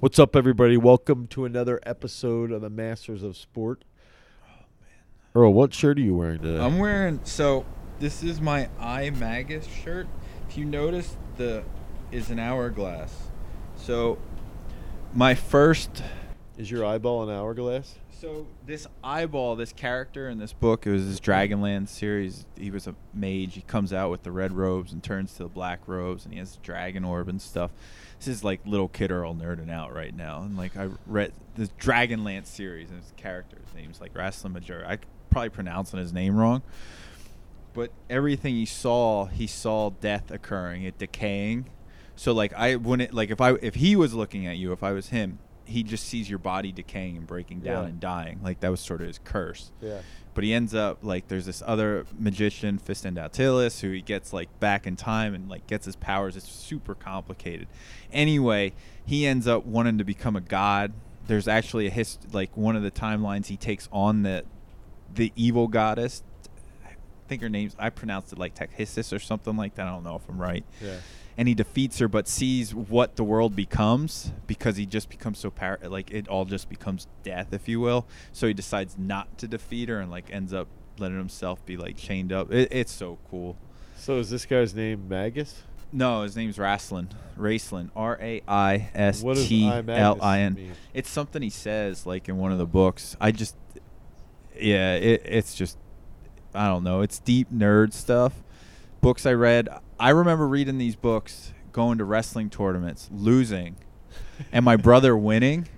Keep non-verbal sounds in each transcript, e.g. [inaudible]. What's up, everybody? Welcome to another episode of the Masters of Sport. Earl, what shirt are you wearing today? I'm wearing so this is my I Magus shirt. If you notice, the is an hourglass. So my first Is your eyeball an hourglass? so this eyeball, this character in this book, it was this Dragonland series. He was a mage. He comes out with the red robes and turns to the black robes, and he has the dragon orb and stuff. This is like little kid Earl nerding out right now. And like I read this Dragonland series, and his character's name's like Raslan Major. I probably pronouncing his name wrong, but everything he saw, he saw death occurring, it decaying. So like I wouldn't like if I if he was looking at you, if I was him, he just sees your body decaying and breaking down Yeah. and dying. Like that was sort of his curse. Yeah. But he ends up like there's this other magician, Fiston Dautilis, who he gets like back in time and like gets his powers. It's super complicated. Anyway, he ends up wanting to become a god. There's actually a hist like one of the timelines he takes on the the evil goddess. I think her name's I pronounced it like Techisis or something like that. I don't know if I'm right Yeah. and he defeats her, but sees what the world becomes because he just becomes so par like it all just becomes death, if you will. So he decides not to defeat her and like ends up letting himself be like chained up. It, it's so cool. So is this guy's name Magus? No, his name's Raslin. Raslin. R A I S What does T I Magus L I mean? N. It's something he says like in one of the books. I just, yeah, it, it's just, I don't know. It's deep nerd stuff. Books I read. I remember reading these books, going to wrestling tournaments, losing, [laughs] and my brother winning,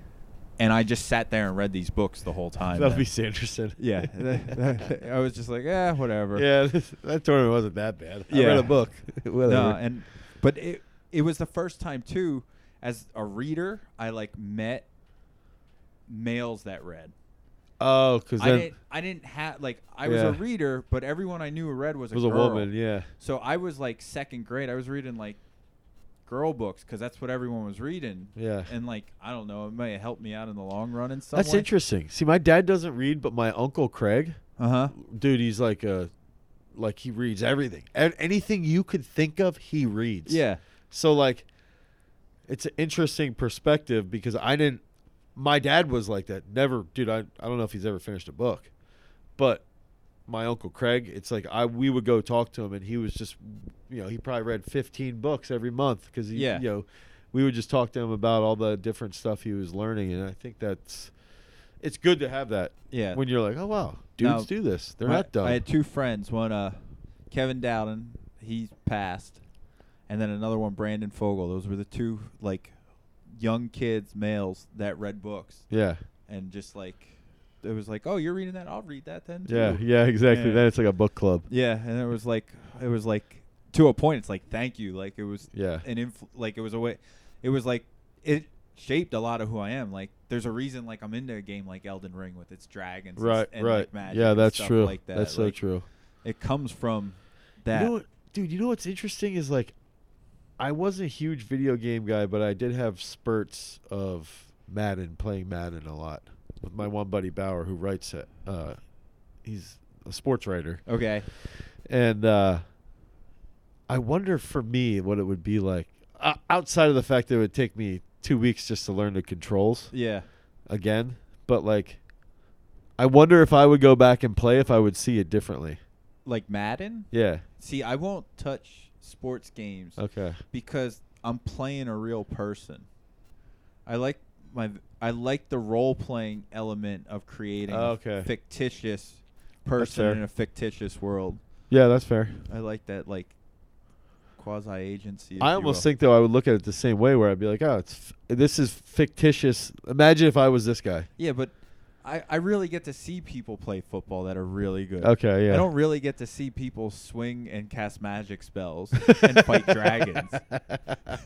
and I just sat there and read these books the whole time. That'll man. be Sanderson. [laughs] Yeah, [laughs] I was just like, yeah, whatever. Yeah, [laughs] this, that tournament wasn't that bad. I read Yeah. a [laughs] book. [laughs] No, Whatever. and but it it was the first time too, as a reader, I like met males that read. oh, because I then didn't I didn't have like I was a Yeah. reader, but everyone I knew who read was it a was a girl. woman. Yeah. So I was like second grade. I was reading like girl books because that's what everyone was reading. Yeah. And like I don't know, it may have helped me out in the long run in some That's way. interesting. See, my dad doesn't read, but my uncle Craig, Uh huh. dude, he's like a, like he reads everything. A- Anything you could think of, he reads. Yeah. So like, it's an interesting perspective because I didn't. My dad was like that. Never, dude. I I don't know if he's ever finished a book, but my uncle Craig. It's like I we would go talk to him and he was just, you know, he probably read fifteen books every month because he, Yeah. you know, we would just talk to him about all the different stuff he was learning and I think that's. It's good to have that Yeah. when you're like, oh wow, dudes Now, do this. They're My- not dumb. I had two friends. One, uh, Kevin Dowden, he passed, and then another one, Brandon Fogle. Those were the two like young kids, males that read books yeah, and just like it was like, oh, you're reading that? I'll read that then. yeah, too." yeah. Exactly. Yeah. Then it's like a book club. Yeah, and it was like it was like to a point. It's like thank you. Like it was Yeah. an influ- like it was a way. It was like it shaped a lot of who I am. Like there's a reason like I'm into a game like Elden Ring with its dragons, and s- Right, and, right. like, magic yeah, and that's stuff true. Like that. That's so Like, true. It comes from that. You know what, dude, you know what's interesting is like I wasn't a huge video game guy, but I did have spurts of Madden playing Madden a lot with my one buddy Bauer who writes it. Uh, he's a sports writer. okay. And uh, I wonder for me what it would be like uh, outside of the fact that it would take me 2 weeks just to learn the controls Yeah. again, but like I wonder if I would go back and play if I would see it differently. Like Madden. Yeah. See, I won't touch sports games Okay. because I'm playing a real person. I like my I like the role playing element of creating Oh, a okay. fictitious fair. person in a fictitious world. Yeah, that's fair. I like that like quasi agency. I almost think though I would look at it the same way where I'd be like, oh, it's f- this is fictitious. Imagine if I was this guy. Yeah, but I, I really get to see people play football that are really good. Okay, yeah. I don't really get to see people swing and cast magic [laughs] spells and fight dragons. [laughs]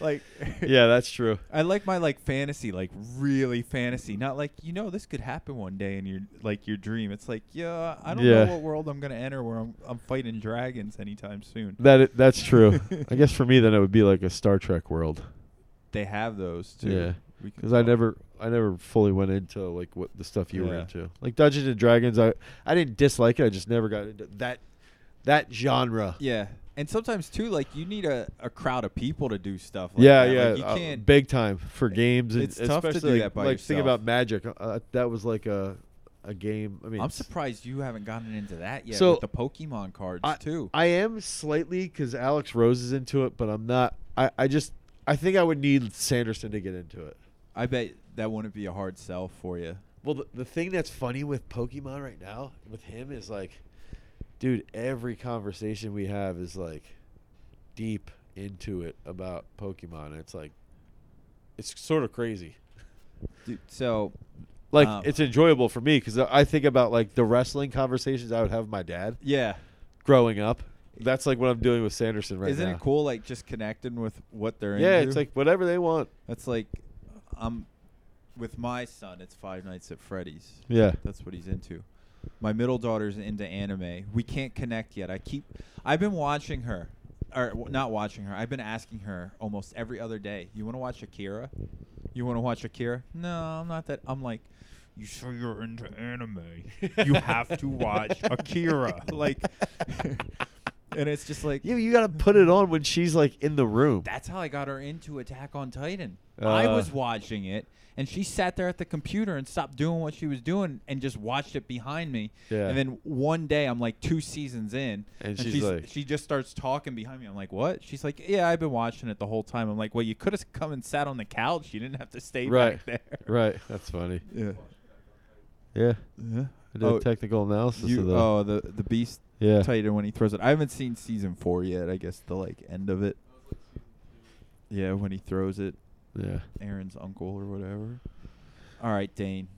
like yeah, that's true. I like my like fantasy, like really fantasy, not like you know this could happen one day in your like your dream. It's like yeah, I don't Yeah. know what world I'm gonna enter where I'm I'm fighting dragons anytime soon. That i- that's [laughs] true. I guess for me then it would be like a Star Trek world They have those too. Yeah. We can because I talk- never I never fully went into like what the stuff you were Yeah. into, like Dungeons and Dragons. I I didn't dislike it. I just never got into that that genre. Yeah, And sometimes too, like you need a, a crowd of people to do stuff. Like yeah, that. yeah, Like, you uh, can't. big time for games. and it's tough to especially do like, that by like think yourself. about Magic. Uh, that was like a a game. I mean, I'm it's- surprised you haven't gotten into that yet So- with the Pokemon cards too. I am slightly because Alex Rose is into it, but I'm not. I, I just I think I would need Sanderson to get into it. I bet that wouldn't be a hard sell for you. Well, the, the thing that's funny with Pokemon right now with him is like, dude, every conversation we have is like deep into it about Pokemon. It's like, it's sort of crazy. Dude, so Like Um, it's enjoyable for me because I think about like the wrestling conversations I would have with my dad yeah, growing up. That's like what I'm doing with Sanderson right isn't now. it cool? Like just connecting with what they're Yeah, into? it's like whatever they want. that's like I'm with my son. It's Five Nights at Freddy's. Yeah. That's what he's into. My middle daughter's into anime. We can't connect yet. I keep. I've been watching her, or w- not watching her. I've been asking her almost every other day. You want to watch Akira? You want to watch Akira? No, I'm not that. I'm like, you sure you're into anime? You have to [laughs] watch Akira. like, [laughs] and it's just like You you gotta put it on when she's like in the room. that's how I got her into Attack on Titan. I Uh. was watching it, and she sat there at the computer and stopped doing what she was doing and just watched it behind me. Yeah. And then one day, I'm like two seasons in, And she's like- she just starts talking behind me. I'm like, what? She's like, yeah, I've been watching it the whole time. I'm like, well, you could have come and sat on the couch. You didn't have to stay right. back there. Right. That's funny. [laughs] Yeah. Yeah. Yeah. I did Oh, a technical analysis you- of the oh, the the beast Yeah. Titan when he throws it. I haven't seen season four yet. I guess the like end of it. Yeah, when he throws it. Yeah. Aaron's uncle or whatever. All right, Dane.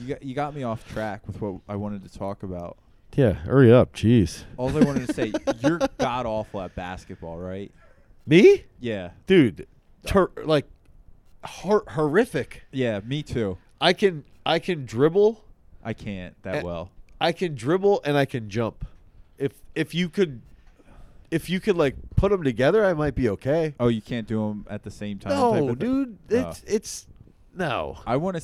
You got you got me off track with what I wanted to talk about. Yeah. Hurry up. Jeez. All I wanted to say, [laughs] you're god awful at basketball, right? Me? Yeah. Dude. Ter- like hor- horrific. Yeah, me too. I can I can dribble. I can't that Eh. well. I can dribble and I can jump. If if you could if you could like put them together, I might be okay. Oh, you can't do them at the same time. type no, of thing? dude, Oh. it's it's no. I want to.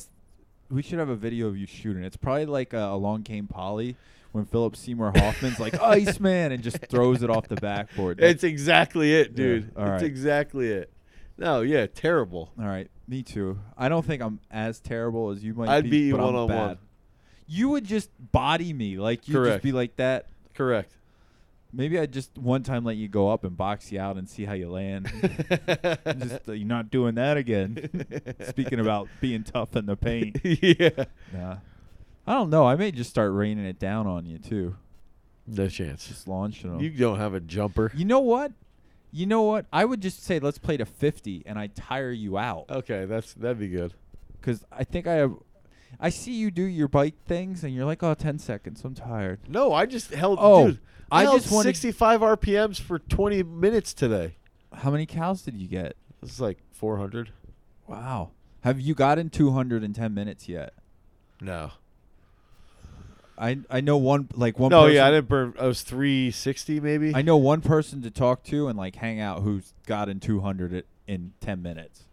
We should have a video of you shooting. It's probably like uh, a, a long game poly when Philip Seymour [laughs] Hoffman's like Iceman and just throws it off the backboard. It's exactly it, Yeah, dude. all It's right. exactly it. No, yeah, terrible. All right, me too. I don't think I'm as terrible as you might I'd be. beat you but I'm one-on-one. bad. You would just body me, like you'd just Correct. be like that. Correct. Maybe I'd just one time let you go up and box you out and see how [laughs] you land. [laughs] just uh, you're not doing that again. Speaking about being tough in the paint. [laughs] yeah. Nah. I don't know. I may just start raining it down on you too. No chance. Just launching them. You don't have a jumper. you know what? You know what? I would just say let's play to 50 and I tire you out. Okay, that's that'd be good. because I think I have. I see you do your bike things, and you're like, "Oh, 10 seconds. I'm tired." No, I just held Oh, dude. I, I held just wanted- 65 RPMs for 20 minutes today. How many cows did you get? This is like 400. Wow. Have you gotten 210 minutes yet? No. I I know one like one. no, person, yeah, I didn't burn. I was 360 maybe. I know one person to talk to and like hang out who's gotten 200 it- in 10 minutes.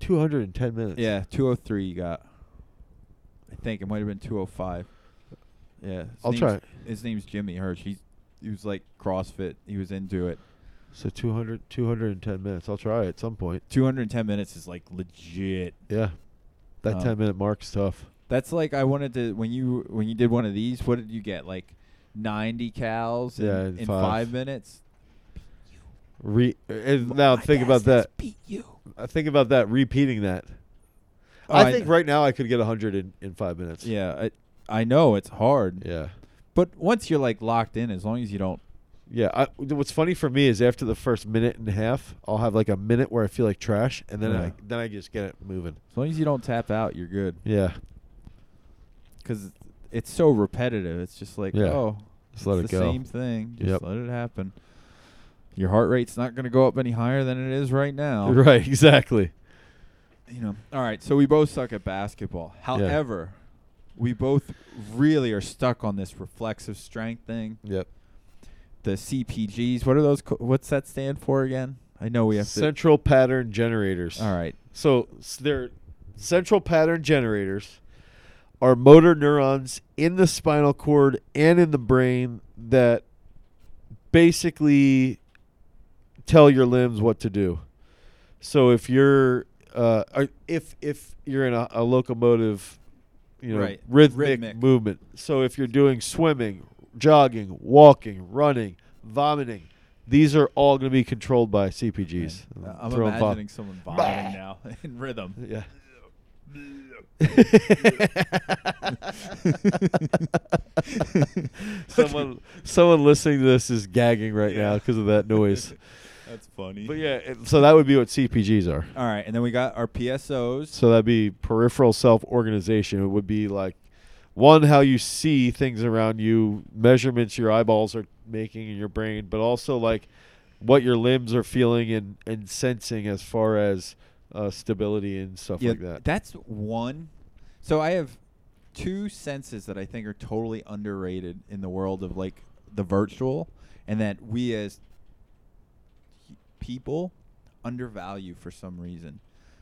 210 minutes. Yeah, 203 you got. I think it might have been 205. Yeah, his I'll name's- try it. His name's Jimmy Hirsch. He he was like CrossFit. He was into it. So 200 210 minutes. I'll try it at some point. 210 minutes is like legit Yeah. That Um, 10 minute mark's tough. That's like I wanted to when you when you did one of these. What did you get? Like ninety cows in, Yeah, in in five. five. minutes. Re- and now think about that. Beat you. Oh, I think about that repeating that. I think right now I could get 100 in, in 5 minutes. Yeah, I, I know it's hard, Yeah. but once you're like locked in, as long as you don't. Yeah, I, th- what's funny for me is after the first minute and a half, I'll have like a minute where I feel like trash, and then Yeah. I then I just get it moving. As long as you don't tap out, you're good. Yeah, Because it's so repetitive. It's just like Yeah. oh, Just let it's it the go. Same thing. Just Yep. let it happen. Your heart rate's not going to go up any higher than it is right now. [laughs] right, exactly. you know. All right, so we both suck at basketball. However, we both really are stuck on this reflexive strength thing. Yep. The CPGs. What are those? Co- what's that stand for again? I know we have Central pattern generators. to. All right. So s- they're central pattern generators are motor neurons in the spinal cord and in the brain that basically tell your limbs what to do. So if you're uh, are- if if you're in a, a locomotive, you know, Right. rhythmic, Rhythmic. movement. So if you're doing swimming, jogging, walking, running, vomiting, these are all going to be controlled by CPGs. Man, I'm Throwing vom- imagining someone [laughs] [laughs] vomiting now in rhythm. Yeah. [laughs] [laughs] someone, someone listening to this is gagging right now because of that [laughs] noise. That's funny. But yeah, it- so that would be what CPGs are. All right, and then we got our PSOs. So that'd be peripheral self organization. It would be like one, how you see things around you, measurements your eyeballs are making in your brain, but also like what your limbs are feeling and, and sensing as far as uh, stability and stuff like that. That's one. So I have two senses that I think are totally underrated in the world of like the virtual, and that we as he- people undervalue for some reason.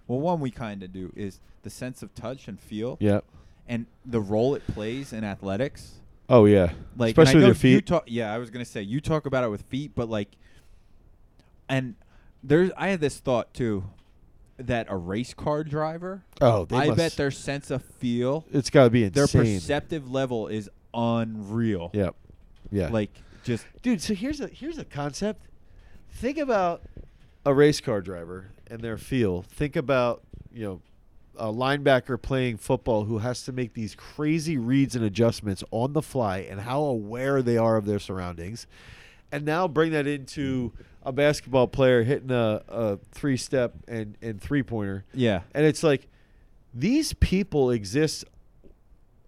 Well, one we kind of do is the sense of touch and feel, yeah. and the role it plays in athletics. Oh yeah. like and I especially with know your You feet. talk, yeah, I was gonna say you talk about it with feet, but like, and there's I had this thought too that a race car driver, oh, they I must- bet their sense of feel, It's got to be their insane. perceptive level is unreal. Yep. Yeah. like just dude so here's a here's a concept think about a race car driver and their feel think about you know a linebacker playing football who has to make these crazy reads and adjustments on the fly and how aware they are of their surroundings and now bring that into a basketball player hitting a, a three step and, and three pointer yeah, and it's like these people exist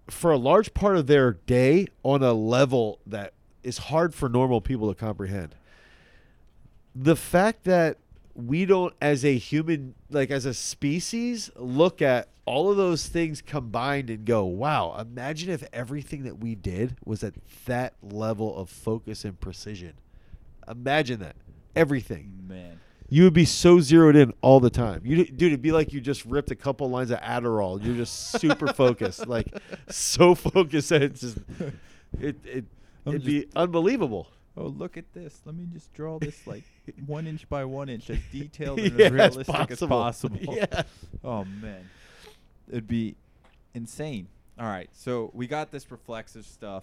for a large part of their day on a level that is hard for normal people to comprehend. The fact that we don't, as a human, like as a species, look at all of those things combined and go, wow, imagine if everything that we did was at that level of focus and precision. Imagine that. Everything man, you would be so zeroed in all the time. You, dude, it'd be like you just ripped a couple lines of Adderall. You're just [laughs] super [laughs] focused, like so focused that it's just it it I'm it'd be unbelievable. oh look at this. Let me just draw this [laughs] like one inch by one inch as detailed and Yeah, as it's realistic as [laughs] possible. Yeah. Oh man, it'd be insane. All right, so we got this reflexive stuff.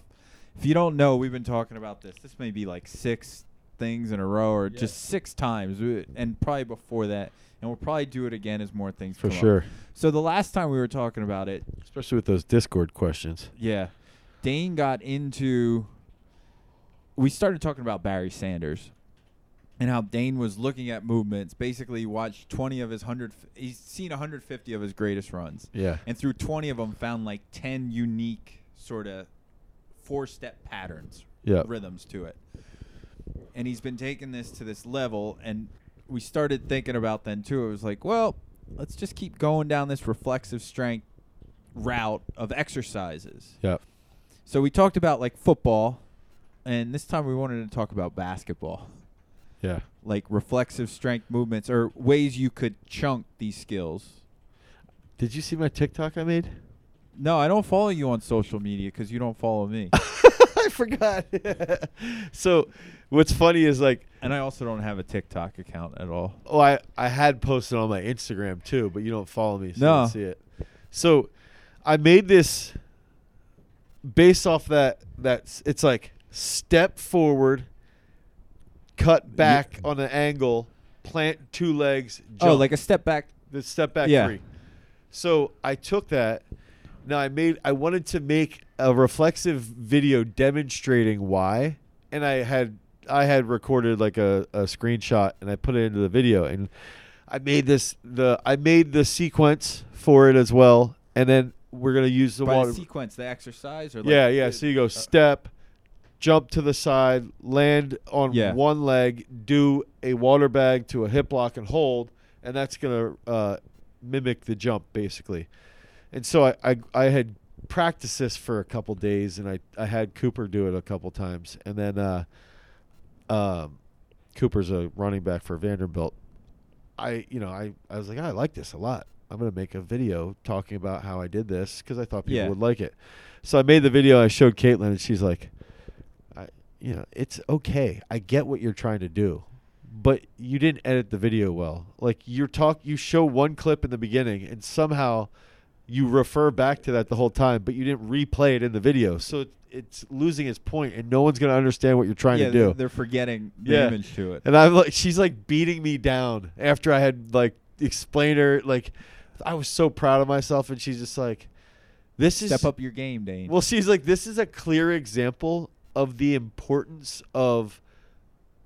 If you don't know, we've been talking about this. This may be like six things in a row, or just six times, We- and probably before that. And we'll probably do it again as more things For come up. sure. So the last time we were talking about it, Especially with those Discord questions. yeah, Dane got into. We started talking about Barry Sanders, and how Dane was looking at movements. Basically, he watched twenty of his hundred. He's seen one hundred fifty of his greatest runs Yeah. and through 20 of them found like 10 unique sort of four step patterns Yeah. rhythms to it and he's been taking this to this level and we started thinking about then too it was like well let's just keep going down this reflexive strength route of exercises Yeah. so we talked about like football and this time we wanted to talk about basketball Yeah. like reflexive strength movements or ways you could chunk these skills Did you see my TikTok I [laughs] made? No, I don't follow you on social media because you don't [laughs] follow me, I forgot. [laughs] so, what's funny is like, and I also don't have a TikTok account at all. oh, I I had posted on my Instagram too, but you don't follow me, so you No. don't see it. So, I made this based off that that it's like step forward, cut back on an angle, plant two legs, jump. Oh, like a step back. the step back Yeah. three. So I took that. Now I made I wanted to make a reflexive video demonstrating why, and I had I had recorded like a, a screenshot and I put it into the video and I made this the I made the sequence for it as well, and then we're gonna use the by water. the sequence, the exercise, or like uh, yeah, yeah. So you go step, jump to the side, land on Yeah. one leg, do a water bag to a hip lock and hold, and that's gonna uh, mimic the jump basically. And so I, I I had practiced this for a couple days, and I I had Cooper do it a couple times, and then uh, um, Cooper's a running back for Vanderbilt. I you know I I was like I like this a lot. I'm gonna make a video talking about how I did this because I thought people Yeah. would like it. So I made the video. I showed Caitlin, and she's like, I, you know, it's okay. I get what you're trying to do, but you didn't edit the video well. Like you're talk, you show one clip in the beginning, and somehow you refer back to that the whole time, but you didn't replay it in the video, so it, it's losing its point, and no one's gonna understand what you're trying yeah, to do. they're- They're forgetting the Yeah. image to it. And I'm like, she's like beating me down after I had like explained her. Like, I was so proud of myself, and she's just like, "This is Step up your game, Dane. well, she's like, this is a clear example of the importance of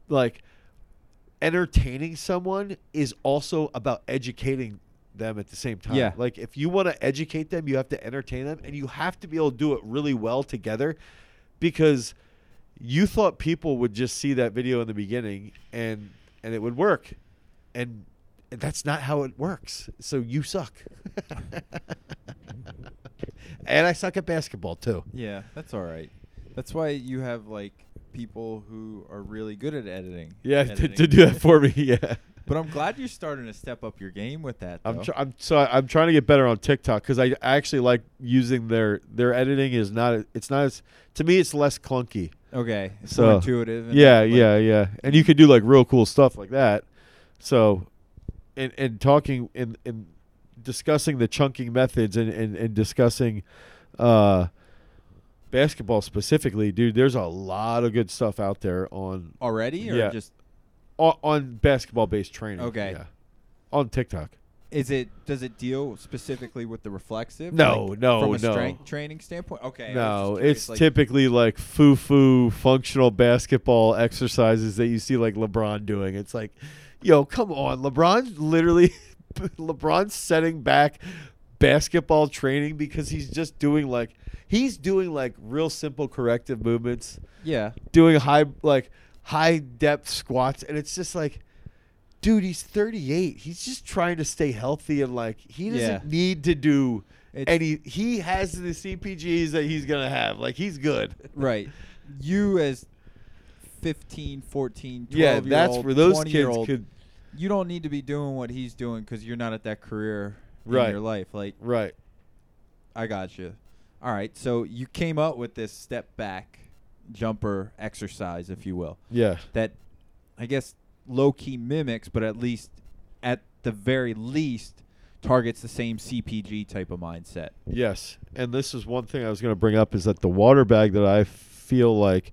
like entertaining someone is also about educating them at the same time. Yeah. Like if you want to educate them, you have to entertain them and you have to be able to do it really well together because you thought people would just see that video in the beginning and and it would work. And and that's not how it works. So you suck. [laughs] and I suck at basketball too. yeah, that's all right. That's why you have like people who are really good at editing. Yeah, [laughs] to, editing. to do that for me. [laughs] Yeah. But I'm glad you're starting to step up your game with that. I'm though. tr- I'm so I'm trying to get better on TikTok because I actually like using their their editing is not it's not as to me it's less clunky. okay. Oh, It's So- more intuitive. and, yeah, like, yeah, yeah. And you could do like real cool stuff like that. So, and and talking and and discussing the chunking methods and and and discussing, uh, basketball specifically, dude. There's a lot of good stuff out there on Already or Yeah. just on, on basketball based training. Okay. Yeah. On TikTok. is it does it deal specifically with the reflexive? No, like, no, from a no. strength training standpoint. Okay. I was No, just curious, it's like, typically like foo foo functional basketball exercises that you see like LeBron doing. It's like, yo, come on. LeBron literally, [laughs] LeBron's setting back basketball training because he's just doing like, he's doing like real simple corrective movements, Yeah. doing high, like high depth squats. And it's just like, dude, he's 38. He's just trying to stay healthy and like, he doesn't Yeah. need to do It's- and he he has the CPGs that he's gonna have. Like he's good. right you as 15 14 12 yeah, year that's old, where those 20 year kids old, could. you don't need to be doing what he's doing because you're not at that career Right. in your life like Right. i got you all right so you came up with this step back jumper exercise if you will Yeah. that i guess low-key mimics but at least at the very least targets the same cpg type of mindset Yes. And this is one thing I was gonna bring up is that the water bag that I feel like.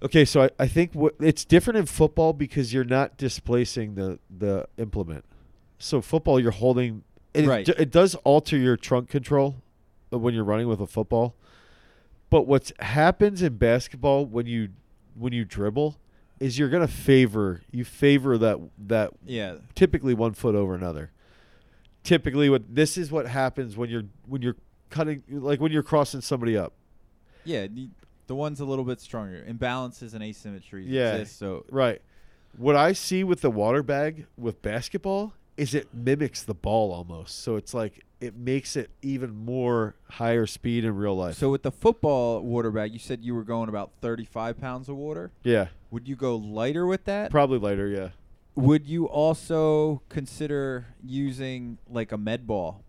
Okay, so I, I think what it's different in football because you're not displacing the the implement. So football, you're holding. It, Right. it does alter your trunk control when you're running with a football. But what happens in basketball when you when you dribble is you're gonna favor you favor that that yeah typically one foot over another. Typically, what this is what happens when you're when you're cutting like when you're crossing somebody up. yeah the- the one's a little bit stronger imbalances and asymmetries Yeah. exist so Right. What I see with the water bag with basketball is it mimics the ball almost. So it's like it makes it even more higher speed in real life. So with the football water bag, you said you were going about 35 pounds of water. yeah, Would you go lighter with that? probably later. Yeah. Would you also consider using like a med ball?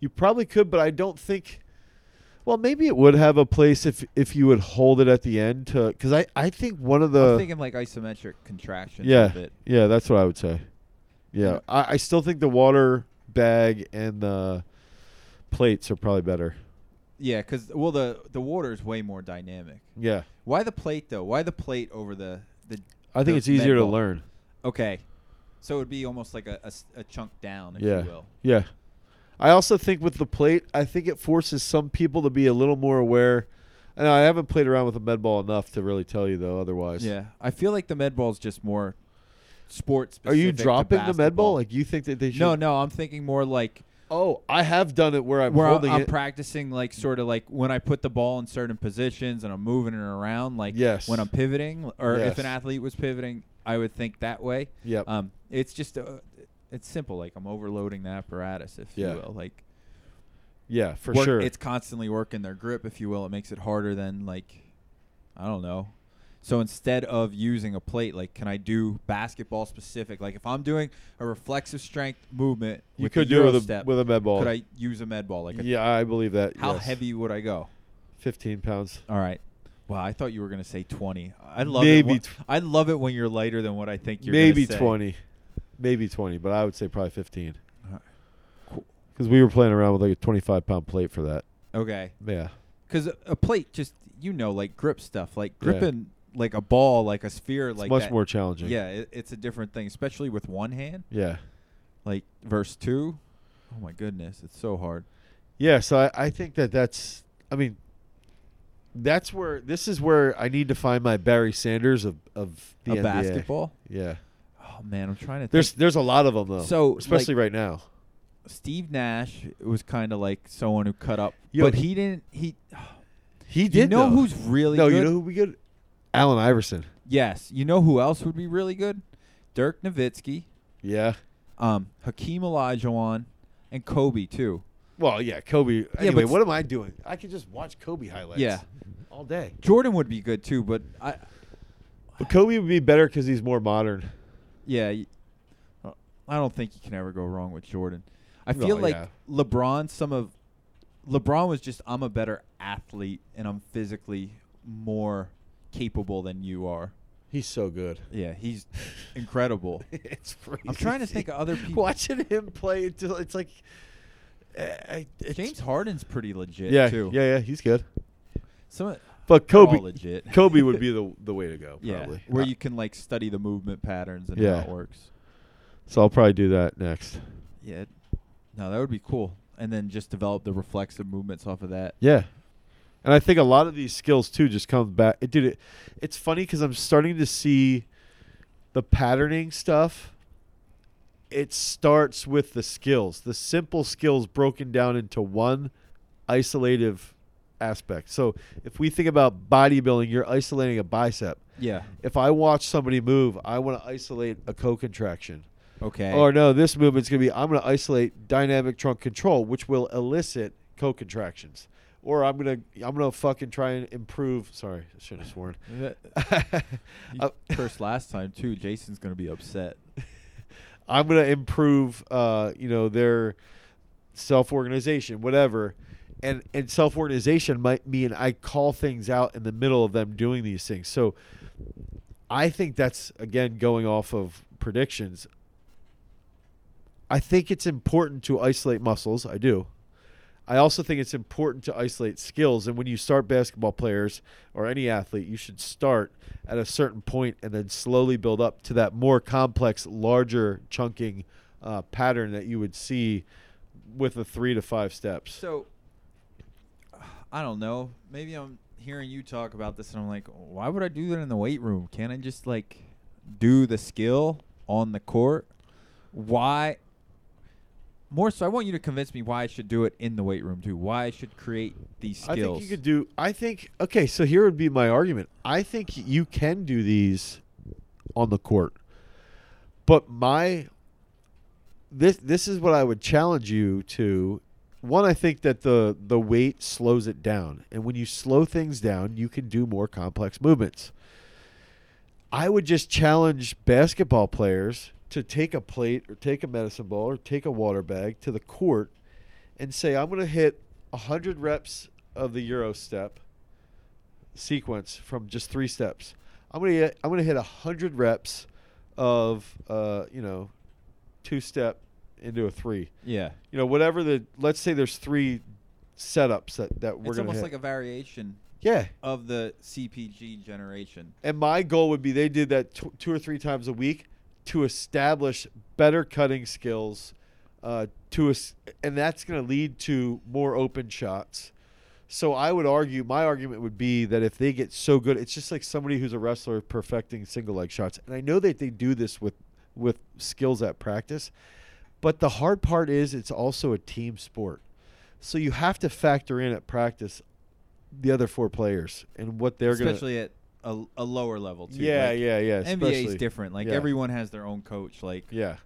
You probably could, but I don't think. Well, maybe it would have a place if if you would hold it at the end to because I I think one of the I'm thinking like isometric contractions. yeah A bit. yeah that's what I would say. Yeah. Yeah, I, I still think the water bag and the plates are probably better. Yeah, because well, the the water is way more dynamic. Yeah, Why the plate though? Why the plate over the the? I think the it's easier med to ball? learn. Okay, so it'd be almost like a, a s- a chunk down, if yeah, you will. yeah. I also think with the plate, I think it forces some people to be a little more aware. And I haven't played around with a med ball enough to really tell you though. Otherwise, Yeah, I feel like the med ball's just more sports. Are you dropping the med ball? Like you think that they should? no, no, I'm thinking more like Oh, I have done it where I'm where I'm, holding I'm it. practicing like sort of like when I put the ball in certain positions and I'm moving it around, like Yes. when I'm pivoting, or if Yes. an athlete was pivoting, I would think that way. Yep. Um, it's just uh, it's simple. Like I'm overloading the apparatus, if Yeah. you will. Like yeah, for work- sure. it's constantly working their grip, if you will. It makes it harder than like I don't know. So instead of using a plate, like can I do basketball specific? Like if I'm doing a reflexive strength movement, you with could the do it Euro with a, step, with a med ball. could I use a med ball? Like a yeah, I believe that. how yes. heavy would I go? Fifteen pounds. All right. Wow, I thought you were gonna say twenty. I love Maybe it. tw- When, I love it when you're lighter than what I think you're. gonna maybe say. twenty, maybe twenty, but I would say probably fifteen. Alright. Cool. Because we were playing around with like a twenty-five pound plate for that. Okay, Yeah, because a, a plate just you know like grip stuff, like Yeah. gripping like a ball, like a sphere, it's like much that. more challenging. Yeah, it, it's a different thing, especially with one hand, yeah, like verse two. Oh my goodness, it's so hard. yeah. So I, I think that that's. I mean, that's where this is where I need to find my Barry Sanders of of the a NBA. basketball. Yeah, Oh man, I'm trying to. there's think. there's a lot of them though. So, especially right now. Steve Nash was kind of like someone who cut up, Yo, but he- he didn't. He He did. You know though. who's really no. good? You know who we good? Allen Iverson. yes. You know who else would be really good? Dirk Nowitzki, Yeah. um, Hakeem Olajuwon, and Kobe too. Well, yeah, Kobe. but Anyway, s- what am I doing? I could just watch Kobe highlights. Yeah. all day. Jordan would be good too, but I, But Kobe would be better because he's more modern. yeah, y- uh, I don't think you can ever go wrong with Jordan. I No, feel like yeah. LeBron. Some of LeBron was just I'm a better athlete and I'm physically more capable than you are. He's so good. Yeah, he's incredible. [laughs] it's crazy. trying to think of other [laughs] people- watching him play. Until it's like I- I- it's- James Harden's pretty legit Yeah, too. yeah, yeah. He's good. Some But They're all Kobe, legit. Kobe would [laughs] be the the way to go. yeah, Probably. where Uh, you can like study the movement patterns and Yeah. how it works. So I'll probably do that next. Yeah. No, that would be cool. And then just develop the reflexive movements off of that. Yeah. And I think a lot of these skills too just come back. It, dude, it, it's funny because I'm starting to see the patterning stuff. It starts with the skills, the simple skills broken down into one isolative aspect. So if we think about bodybuilding, you're isolating a bicep. Yeah. If I watch somebody move, I want to isolate a co contraction. Okay. Or Oh, no, this movement's gonna be I'm gonna isolate dynamic trunk control, which will elicit co-contractions. Or I'm gonna I'm gonna fucking try and improve. Sorry, I should have [laughs] sworn. That- [laughs] you Uh, cursed last time too. Jason's gonna be upset. [laughs] I'm gonna improve. Uh, you know their self-organization, whatever. And, and self-organization might mean I call things out in the middle of them doing these things. So I think that's again going off of predictions. I think it's important to isolate muscles. I do. I also think it's important to isolate skills. And when you start basketball players or any athlete, you should start at a certain point and then slowly build up to that more complex, larger chunking uh, pattern that you would see with the three to five steps. So I don't know. Maybe I'm hearing you talk about this and I'm like, why would I do that in the weight room? Can't I just like do the skill on the court? Why more so I want you to convince me why I should do it in the weight room too. Why I should create these skills. I think you could do. I think okay. So here would be my argument. I think you can do these on the court, but my this this is what I would challenge you to. One, I think that the the weight slows it down, and when you slow things down, you can do more complex movements. I would just challenge basketball players to take a plate or take a medicine ball or take a water bag to the court and say, I'm going to hit 100 reps of the Euro step sequence from just three steps. I'm going to I'm going to hit 100 reps of uh, you know, two step into a three. Yeah. You know, whatever the let's say there's three setups that that we're it's going to almost like a variation Yeah. of the CPG generation. And my goal would be they did that tw- two or three times a week to establish better cutting skills. Uh, to es- and that's going to lead to more open shots. So I would argue, my argument would be that if they get so good, it's just like somebody who's a wrestler perfecting single leg shots. And I know that they do this with with skills at practice, but the hard part is it's also a team sport. So you have to factor in at practice the other four players and what they're going to especially at a, a lower level too. yeah, like, yeah, yeah. NBA is especially- different. Like yeah. everyone has their own coach. Like Yeah,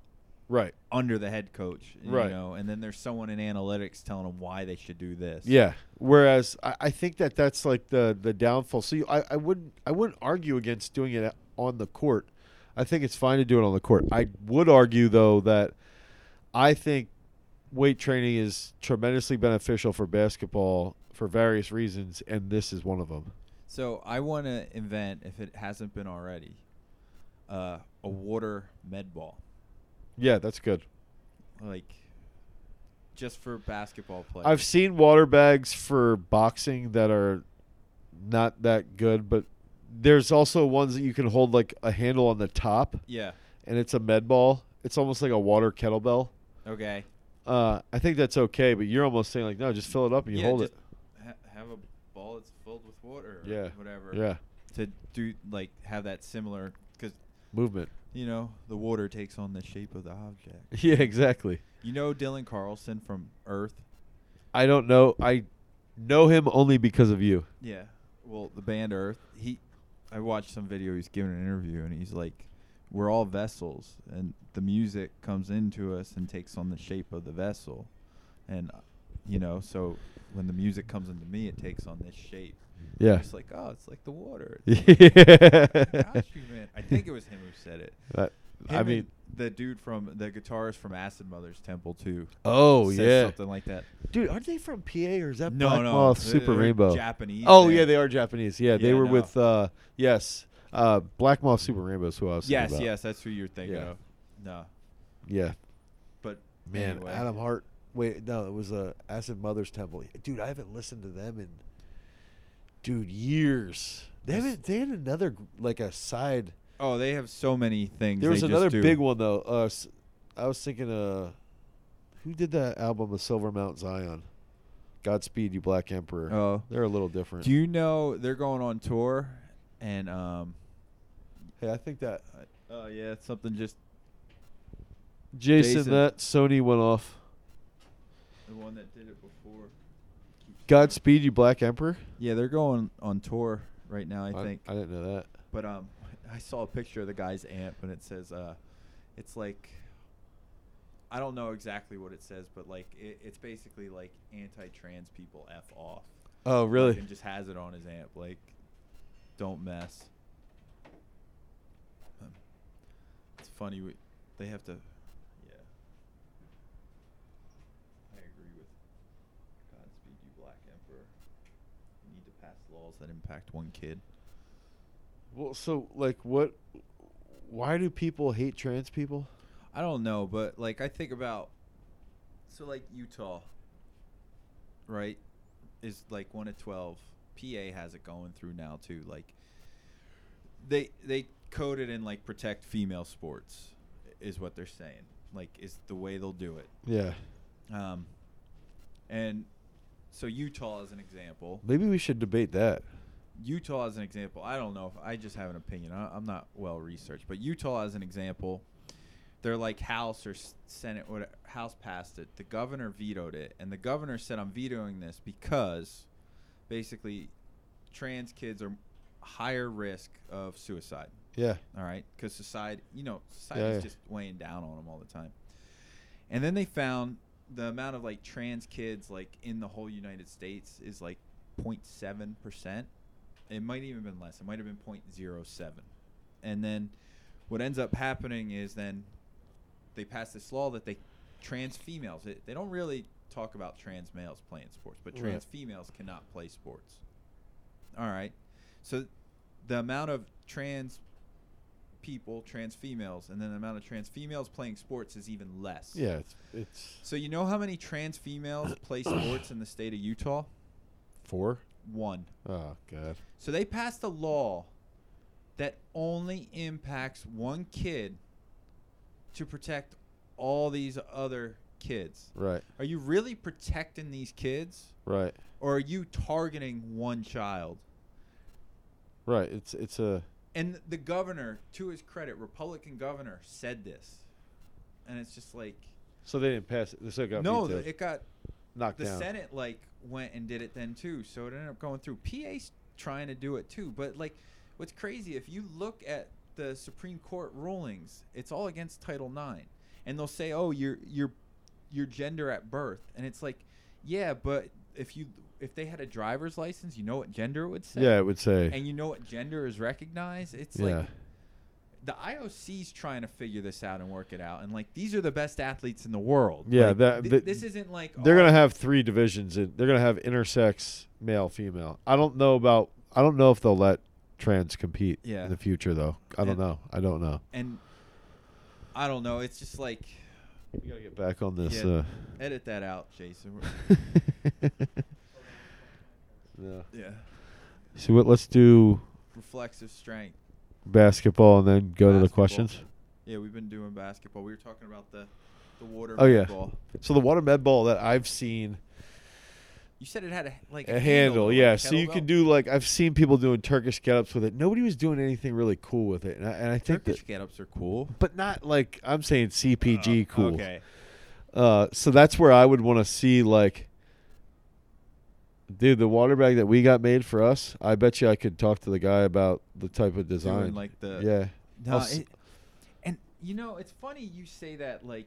right. under the head coach, you Right. know, and then there's someone in analytics telling them why they should do this. Yeah. Whereas I, I think that that's like the the downfall. So you, I I wouldn't I wouldn't argue against doing it on the court. I think it's fine to do it on the court. I would argue though that I think weight training is tremendously beneficial for basketball for various reasons, and this is one of them. So I want to invent, if it hasn't been already, uh, a water med ball, Yeah, that's good. like just for basketball players. I've seen water bags for boxing that are not that good, but there's also ones that you can hold like a handle on the top, yeah. and it's a med ball. It's almost like a water kettlebell. Okay. Uh, I think that's okay, but you're almost saying like, no, just fill it up and you yeah, hold just it. Ha- have a ball that's filled with water. Or Yeah. Whatever. Yeah, To do like have that similar because movement. [laughs] you know the water takes on the shape of the object. Yeah, exactly. You know Dylan Carlson from Earth. I don't know. I know him only because of you. Yeah. Well, the band Earth. He, I watched some video. He's giving an interview, and he's like, "We're all vessels, and the music comes into us and takes on the shape of the vessel, and uh, you know, so when the music comes into me, it takes on this shape. Yeah. It's like, oh, it's like [laughs] the water. Yeah. Gosh, you man. I think it was him who said it. That- Him Uh, I and mean, the dude from the guitarist from Acid Mother's Temple too. oh said yeah, something like that. dude, aren't they from PA or is that No, Black no, Moth they're- Super they're Rainbow? Japanese Oh band. yeah, they are Japanese. Yeah, they Yeah, were no. with uh, yes, uh, Black Moth Super Rainbow is who I was. thinking Yes, about. yes, that's who you're thinking Yeah. of. No, yeah. but Man, anyway. Adam Hart. Wait, no, it was uh, Acid Mother's Temple. Dude, I haven't listened to them in, dude, years. They Yes. haven't. They had another gr- like a side. Oh, they have so many things. There they was just another do. big one though. Uh, s- I was thinking, uh, who did that album of Silver Mount Zion? Godspeed, you Black Emperor. Oh. they're a little different. Do you know they're going on tour, and um, hey, I think that uh, oh yeah, it's something just Jason, Jason. that Sony went off. the one that did it before. Godspeed, you Black Emperor. Yeah, they're going on tour right now. I think. I didn't know that. But um, I saw a picture of the guy's amp, and it says, uh, it's like, I don't know exactly what it says, but like, it, it's basically like anti-trans people f off. Oh Like, really? and just has it on his amp, like, don't mess. Um, it's funny. We, they have to. Yeah. I agree with Godspeed, you black emperor. You need to pass laws that impact one kid. Well, so like, what? Why do people hate trans people? I don't know, but like I think about so like Utah, right? Is like one of twelve. PA has it going through now too. Like they they coded in like protect female sports is what they're saying. Like is the way they'll do it. Yeah. Um, and so Utah as an example. Maybe we should debate that. Utah as an example. I don't know if I just have an opinion. I, I'm not well researched, but Utah as an example, their like House or s- Senate, what House passed it. The governor vetoed it, and the governor said, "I'm vetoing this because basically trans kids are higher risk of suicide." Yeah. All right, because society, you know, society's yeah. just weighing down on them all the time. And then they found the amount of like trans kids like in the whole United States is like 0.7 percent. It might even been less. It might have been 0.07. And then what ends up happening is then they pass this law that they trans females. It, they don't really talk about trans males playing sports, but Right. trans females cannot play sports. All right. So the amount of trans people, trans females, and then the amount of trans females playing sports is even less. Yeah. It's, it's So you know how many trans [coughs] females play sports in the state of Utah? four. One. Oh god. So they passed a law that only impacts one kid to protect all these other kids. Right. Are you really protecting these kids Right. or are you targeting one child? Right. It's it's a And the governor, to his credit, Republican governor said this. And it's just like so they didn't pass it. So it got no, vetoed. it got knocked the down. Senate like went and did it then too, so it ended up going through. PA's trying to do it too, but like, what's crazy if you look at the Supreme Court rulings, it's all against Title IX, and they'll say, "Oh, you're you're your gender at birth," and it's like, yeah, but if you if they had a driver's license, you know what gender it would say, yeah, it would say. and you know what gender is recognized. It's yeah. like the IOC's trying to figure this out and work it out, and like these are the best athletes in the world. Yeah, Like, that- thi- that- this isn't like They're oh, gonna have three divisions. In, they're gonna have intersex, male, female. I don't know about I don't know if they'll let trans compete Yeah. in the future though. I don't And- know. I don't know. and I don't know. It's just like We gotta get back on this. Yeah. [laughs] edit that out, Jason. Uh... [laughs] yeah, So what? Let's do reflexive strength. basketball and then go to the Basketball. questions. Yeah, we've been doing basketball. We were talking about the the water. Oh, yeah. ball. So the water med ball that I've seen You said it had a like a handle, like yeah. a So you kettlebell? can do like I've seen people doing Turkish get-ups with it. Nobody was doing anything really cool with it, and I, and I think Turkish that, get-ups are cool. but not like I'm saying CPG Uh, cool. Okay. Uh, so that's where I would want to see like, dude, the water bag that we got made for us. I bet you I could talk to the guy about the type of design. Doing like the yeah, No, I'll s- it, and you know it's funny you say that like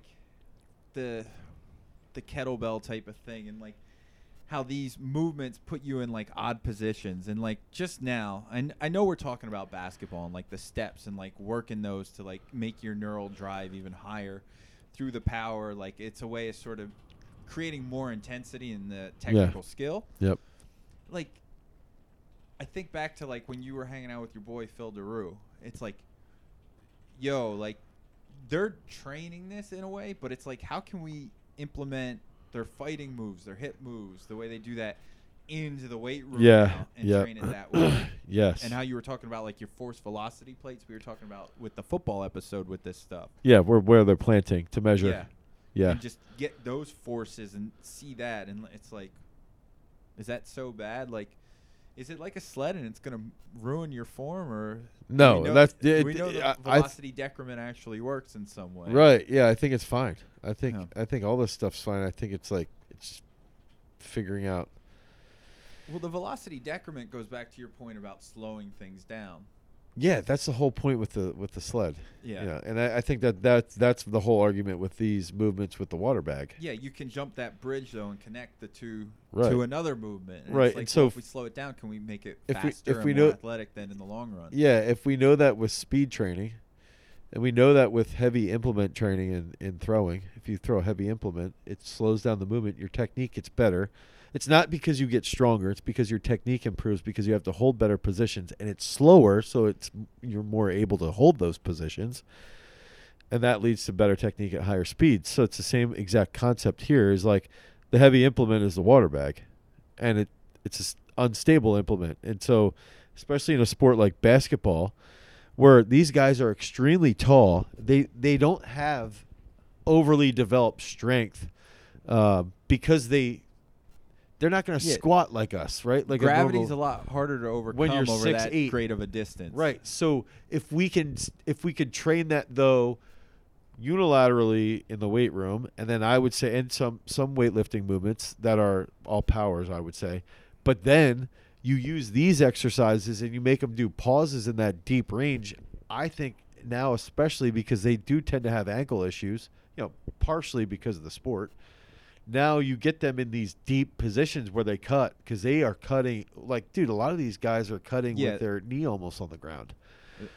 the the kettlebell type of thing and like how these movements put you in like odd positions and like just now and I know we're talking about basketball and like the steps and like working those to like make your neural drive even higher through the power like it's a way of sort of creating more intensity in the technical skill yep, like I think back to like when you were hanging out with your boy Phil DeRue. It's like yo, like they're training this in a way, but it's like how can we implement their fighting moves, their hip moves, the way they do that into the weight room Yeah, now and yeah. train it [clears throat] [coughs] that way. yes, and how you were talking about like your force velocity plates we were talking about with the football episode with this stuff. yeah, where where they're planting to measure. Yeah. yeah. And just get those forces and see that and it's like is that so bad? Like is it like a sled and it's going to ruin your form or No, we know, that's- we it- know the I- I- velocity decrement actually works in some way. Right. Yeah, I think it's fine. I think Yeah. I think all this stuff's fine. I think it's like it's figuring out. Well, the velocity decrement goes back to your point about slowing things down. Yeah, that's the whole point with the with the sled. Yeah. Yeah, and I, I think that that's that's the whole argument with these movements with the water bag. Yeah, you can jump that bridge though and connect the two Right. to another movement. And Right, It's and like, so well, if if- we slow it down, can we make it if we- faster if and we more know- athletic than in the long run? Yeah, if we know that with speed training, and we know that with heavy implement training and in throwing, if you throw a heavy implement, it slows down the movement. Your technique gets better. It's not because you get stronger. It's because your technique improves because you have to hold better positions, and it's slower, so it's you're more able to hold those positions, and that leads to better technique at higher speeds. So it's the same exact concept here. Is like the heavy implement is the water bag, and it it's an unstable implement, and so especially in a sport like basketball, where these guys are extremely tall. They they don't have overly developed strength uh, because they they're not going to Yeah. squat like us, right? Like gravity's a, normal- lot harder to overcome When you're over that 6'8". great of a distance. right. So if we can if we could train that though unilaterally in the weight room and then I would say and some some weightlifting movements that are all powers I would say but then you use these exercises and you make them do pauses in that deep range I think now especially because they do tend to have ankle issues you know partially because of the sport now you get them in these deep positions where they cut because they are cutting like dude a lot of these guys are cutting Yeah. with their knee almost on the ground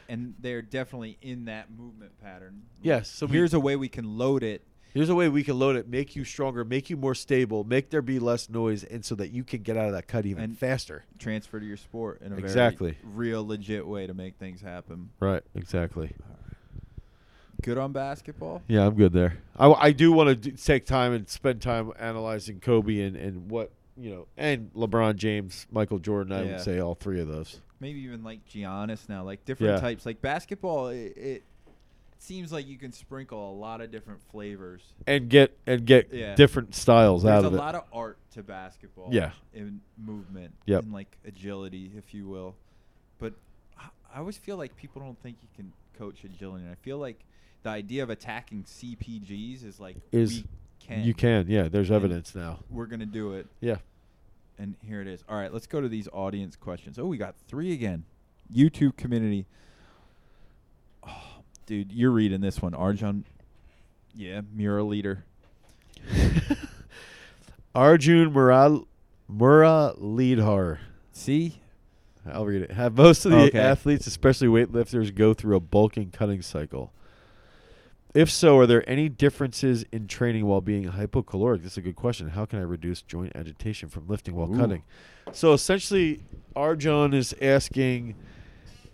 and they're definitely in that movement pattern. Yes, so we- here's a way we can load it. Here's a way we can load it, make you stronger, make you more stable, make there be less noise, and so that you can get out of that cut even And- faster. Transfer to your sport in a Exactly. very real, legit way to make things happen. Right, exactly. Good on basketball. Yeah, I'm good there. I, I do want to take time and spend time analyzing Kobe and, and what, you know, and LeBron James, Michael Jordan, I Yeah. would say all three of those. Maybe even like Giannis now, like different Yeah. types. Like basketball, it, it seems like you can sprinkle a lot of different flavors. And get and get Yeah. different styles There's out a of it. lot of art to basketball. Yeah. In movement. Yep. And like agility, if you will. But I- I always feel like people don't think you can coach agility. And I feel like the idea of attacking CPGs is like Is- we can. You can, yeah. There's And- evidence now. We're gonna do it. Yeah. [laughs] And here it is. All right, let's go to these audience questions. Oh, we got three again. YouTube community. [sighs] Oh, dude, you're reading this one, Arjun. Yeah, mural leader. Arjun Mural Mura Leadhar. See, I'll read it. Have most of the Okay. athletes, especially weightlifters, go through a bulking cutting cycle? If so, are there any differences in training while being hypocaloric? This is a good question. How can I reduce joint agitation from lifting while Ooh. cutting? So essentially, Arjun is asking,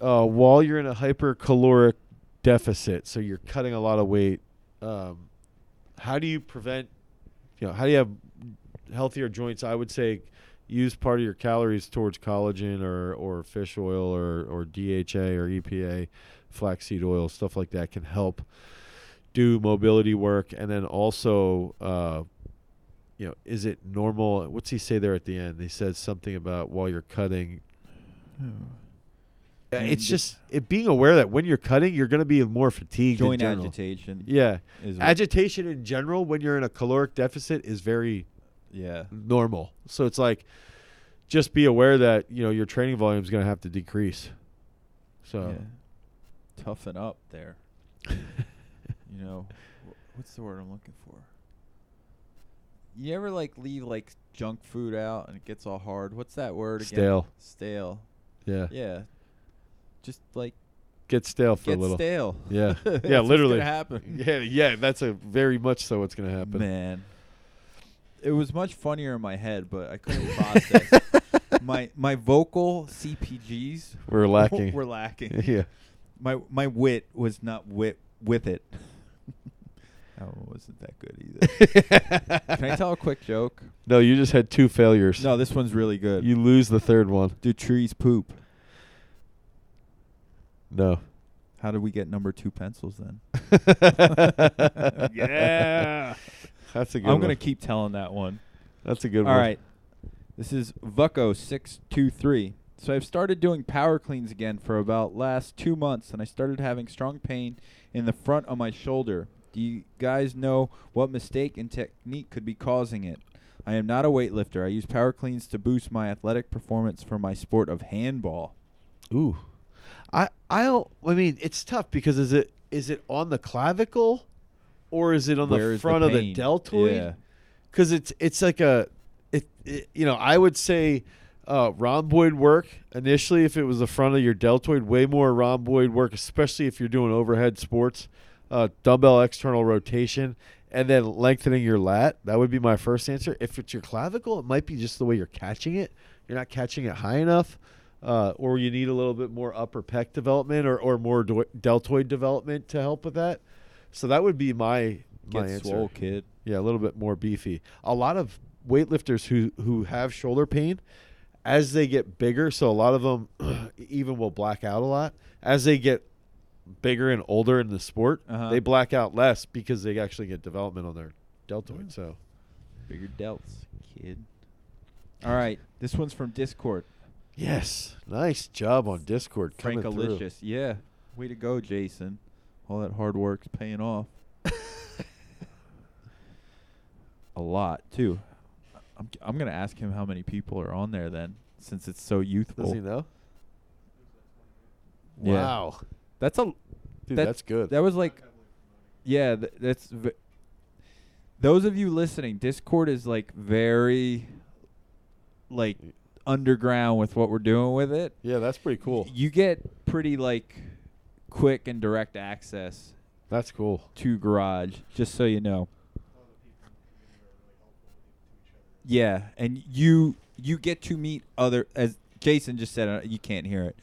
uh, while you're in a hypercaloric deficit, so you're cutting a lot of weight, um, how do you prevent, you know, how do you have healthier joints? I would say use part of your calories towards collagen or, or fish oil or, or DHA or EPA, flaxseed oil, stuff like that can help do mobility work. And then also, uh, you know, is it normal? What's he say there at the end? He says something about while you're cutting. Uh, And It's the- just it being aware that when you're cutting, you're going to be more fatigued. in Joint general. agitation. Yeah, Is what- agitation in general when you're in a caloric deficit is very yeah. normal. So it's like just be aware that you know your training volume is going to have to decrease. So yeah. toughen up there. [laughs] you know, wh- what's the word I'm looking for? You ever like leave like junk food out and it gets all hard? What's that word again? Stale. Stale. yeah, Yeah. Just like get stale for get a little. stale. Yeah. Yeah, [laughs] That's what's literally. gonna happen. [laughs] Yeah, yeah, that's a very much so what's going to happen. Man. It was much funnier in my head, but [laughs] I couldn't process. my my vocal CPGs We're lacking. [laughs] were lacking. [laughs] [laughs] yeah. My my wit was not wit with it. [laughs] that one wasn't that good either. [laughs] Can I tell a quick joke? No, you just had two failures. No, this one's really good. You lose the third one. do trees poop? [laughs] No. How did we get number two pencils [laughs] then? yeah. That's a good I'm one. gonna keep telling that one. That's a good All right, one. This is Vucco six two three. So I've started doing power cleans again for about last two months, and I started having strong pain in the front of my shoulder. Do you guys know what mistake in technique could be causing it? I am not a weightlifter. I use power cleans to boost my athletic performance for my sport of handball. Ooh. I I don't I mean, it's tough because is it is it on the clavicle or is it on Where the is front of the pain? deltoid? Yeah. because it's it's like a it, it you know I would say uh, rhomboid work initially if it was the front of your deltoid way more rhomboid work especially if you're doing overhead sports uh, dumbbell external rotation and then lengthening your lat that would be my first answer if it's your clavicle it might be just the way you're catching it you're not catching it high enough uh, or you need a little bit more upper pec development or, or more do- deltoid development to help with that so that would be my my Get answer swole, kid. yeah, a little bit more beefy. A lot of weightlifters who who have shoulder pain as they get bigger, so a lot of them [clears throat] e-, even will black out a lot as they get bigger and older in the sport. Uh-huh. They black out less because they actually get development on their Mm. deltoid. So, Bigger delts, kid. All right, this one's from Discord. yes, nice job on Discord coming through. Frankalicious, yeah. Way to go, Jason. All that hard work's paying off. [laughs] A lot too. I'm I'm gonna ask him how many people are on there then, since it's so youthful. [laughs] Does he know? Yeah. Wow, That's a dude, That- that's good. that was like, yeah. Th- that's v- those of you listening. Discord is like very, like underground with what we're doing with it. yeah, that's pretty cool. You get pretty like quick and direct access That's cool. to garage just so you know yeah and you you get to meet other as jason just said uh, you can't hear it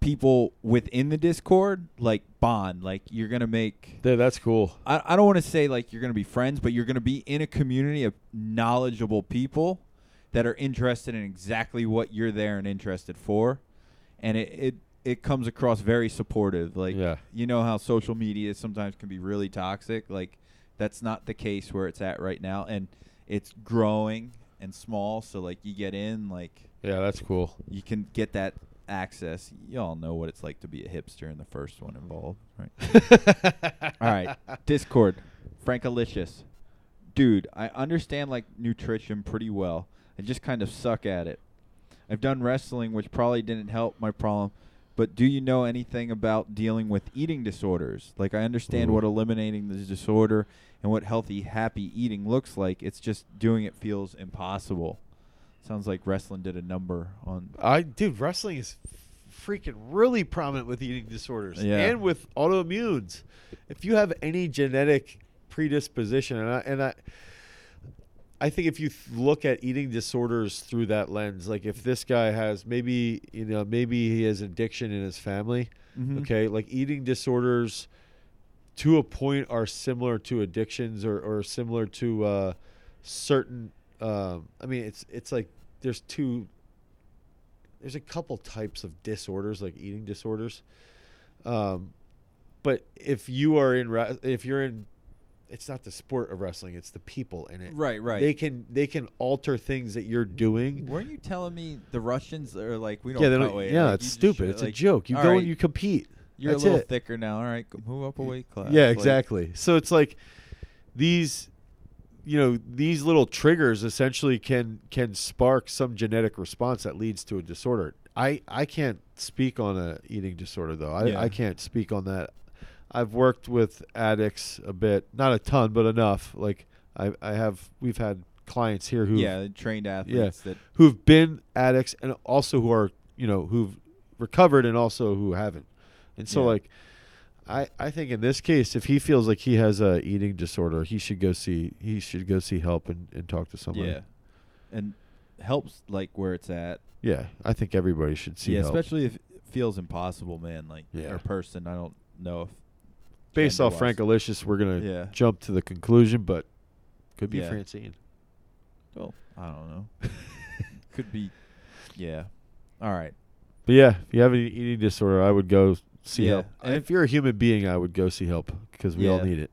people within the discord like bond like you're gonna make Yeah, that's cool. i, I don't want to say like you're gonna be friends but you're gonna be in a community of knowledgeable people that are interested in exactly what you're there and interested for and it, it it comes across very supportive like Yeah. you know how social media sometimes can be really toxic like that's not the case where it's at right now and it's growing and small so like you get in like Yeah, that's cool. you can get that access y'all know what it's like to be a hipster in the first one involved right [laughs] all right [laughs] discord frankalicious dude i understand like nutrition pretty well i just kind of suck at it i've done wrestling which probably didn't help my problem but do you know anything about dealing with eating disorders like i understand Ooh. what eliminating this disorder and what healthy happy eating looks like it's just doing it feels impossible sounds like wrestling did a number on I dude, wrestling is freaking really prominent with eating disorders Yeah. and with autoimmunes. If you have any genetic predisposition, and I, and I, I think if you th- look at eating disorders through that lens, like if this guy has maybe you know maybe he has addiction in his family, Mhm. okay, like eating disorders to a point are similar to addictions or, or similar to uh, certain. Um, I mean, it's it's like there's two. There's a couple types of disorders, like eating disorders, um, but if you are in re- if you're in, it's not the sport of wrestling; it's the people in it. Right, right. They can they can alter things that you're doing. Weren't you telling me the Russians are like we don't? Yeah, they cut don't- weight, yeah, like, it's you just stupid. should- It's a like, joke. You all go right, and you compete. You're That's a little it. thicker now. All right, go- move up a weight class. Yeah, Like, exactly. so it's like these you know, these little triggers essentially can can spark some genetic response that leads to a disorder. I I can't speak on a eating disorder though. I, Yeah. I can't speak on that. I've worked with addicts a bit, not a ton, but enough. Like I I have we've had clients here who yeah, trained athletes that who've been addicts and also who are you know who've recovered and also who haven't and so Yeah. like i i think in this case if he feels like he has a eating disorder he should go see he should go see help and, and talk to somebody yeah, and helps like where it's at. Yeah, i think everybody should see yeah, help especially if it feels impossible, man. Like Yeah. or person, I don't know if based off gender-wise. frank alicious we're gonna Yeah. jump to the conclusion but could be Yeah. francine Well, I don't know. [laughs] Could be. Yeah. All right. but yeah if you have an eating disorder i would go see Yeah, help and I- if you're a human being i would go see help because we all Yeah. need it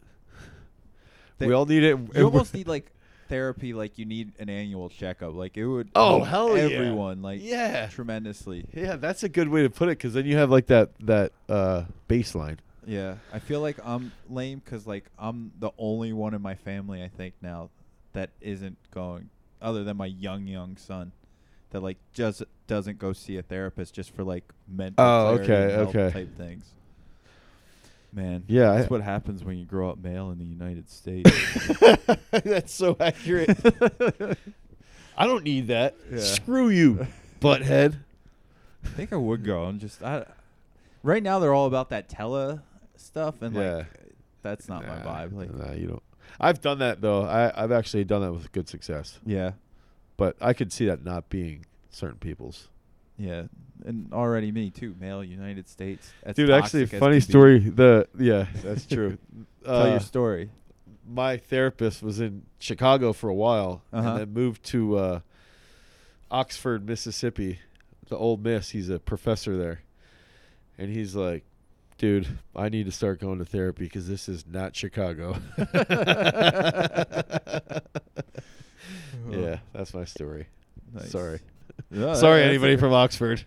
They- we all need it and You [laughs] we're- almost need like therapy. Like you need an annual checkup. Like it would. Oh, help hell yeah. Everyone [laughs] like Yeah. tremendously. Yeah, that's a good way to put it because then you have like that that uh, baseline. Yeah, I feel like I'm lame because like I'm the only one in my family I think now that isn't going, other than my young young son, that like just doesn't go see a therapist just for like mental Oh, clarity okay, and health okay. type things. Man, Yeah, I- that's what happens when you grow up male in the United States. [laughs] that's so accurate. I don't need that. Yeah. Screw [laughs] you, butthead. I think I would go. I'm just I. Right now they're all about that tele stuff and like Yeah. that's not my Nah, vibe. Like nah, you don't. I've done that though. I, I've actually done that with good success, yeah. but I could see that not being certain people's. Yeah, and already me too. Male United States. That's Dude, actually, toxic as funny can be. story. The yeah, that's [laughs] true. Tell Uh, your story. my therapist was in Chicago for a while Uh-huh. and then moved to uh, Oxford, Mississippi, the old miss. He's a professor there. And he's like, dude, I need to start going to therapy because this is not [laughs] Chicago. [laughs] yeah, that's my story. Nice. Sorry. [laughs] No, that- [laughs] Sorry, that's anybody okay. from [laughs] Oxford.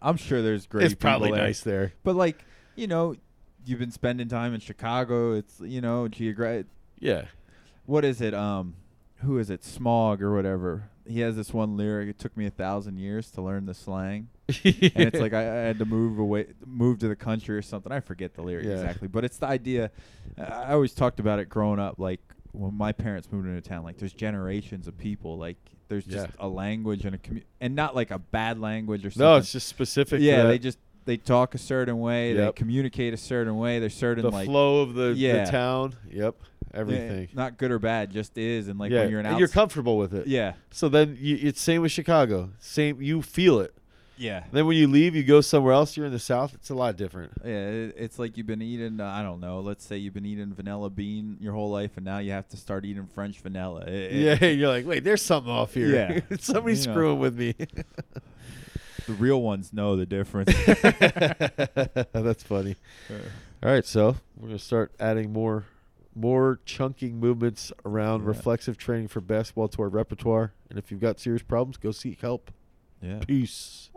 I'm sure there's great. it's probably people there. nice there. but like you know, you've been spending time in Chicago. It's you know, geographic. Yeah. What is it? Um, who is it? Smog or whatever. He has this one lyric. It took me a thousand years to learn [laughs] the slang. and it's like I, I had to move away, move to the country or something. I forget the lyric Yeah. exactly, but it's the idea. I- I always talked about it growing up, like when my parents moved into town. Like there's generations of people. Like there's just Yeah. a language and a commu- and not like a bad language or something. no, it's just specific. to yeah. that- They just they talk a certain way. Yep. They communicate a certain way. There's certain the like flow of the, Yeah. the town. Yep. Everything. eh, not good or bad, just is. And like yeah, when you're an and you're outs- comfortable with it. yeah, So then you, it's same with Chicago. Same, you feel it. yeah. Then when you leave, you go somewhere else. You're in the South. It's a lot different. [laughs] Yeah, it, it's like you've been eating. uh, I don't know. Let's say you've been eating vanilla bean your whole life, and now you have to start eating French vanilla. It- it- Yeah, [laughs] you're like, wait, there's something off here. Yeah. [laughs] somebody's You know. screwing with me. [laughs] the real ones know the difference. [laughs] [laughs] That's funny. Uh. All right, so we're gonna start adding more, more chunking movements around Yeah. reflexive training for basketball to our repertoire. And if you've got serious problems, go seek help. yeah. Peace.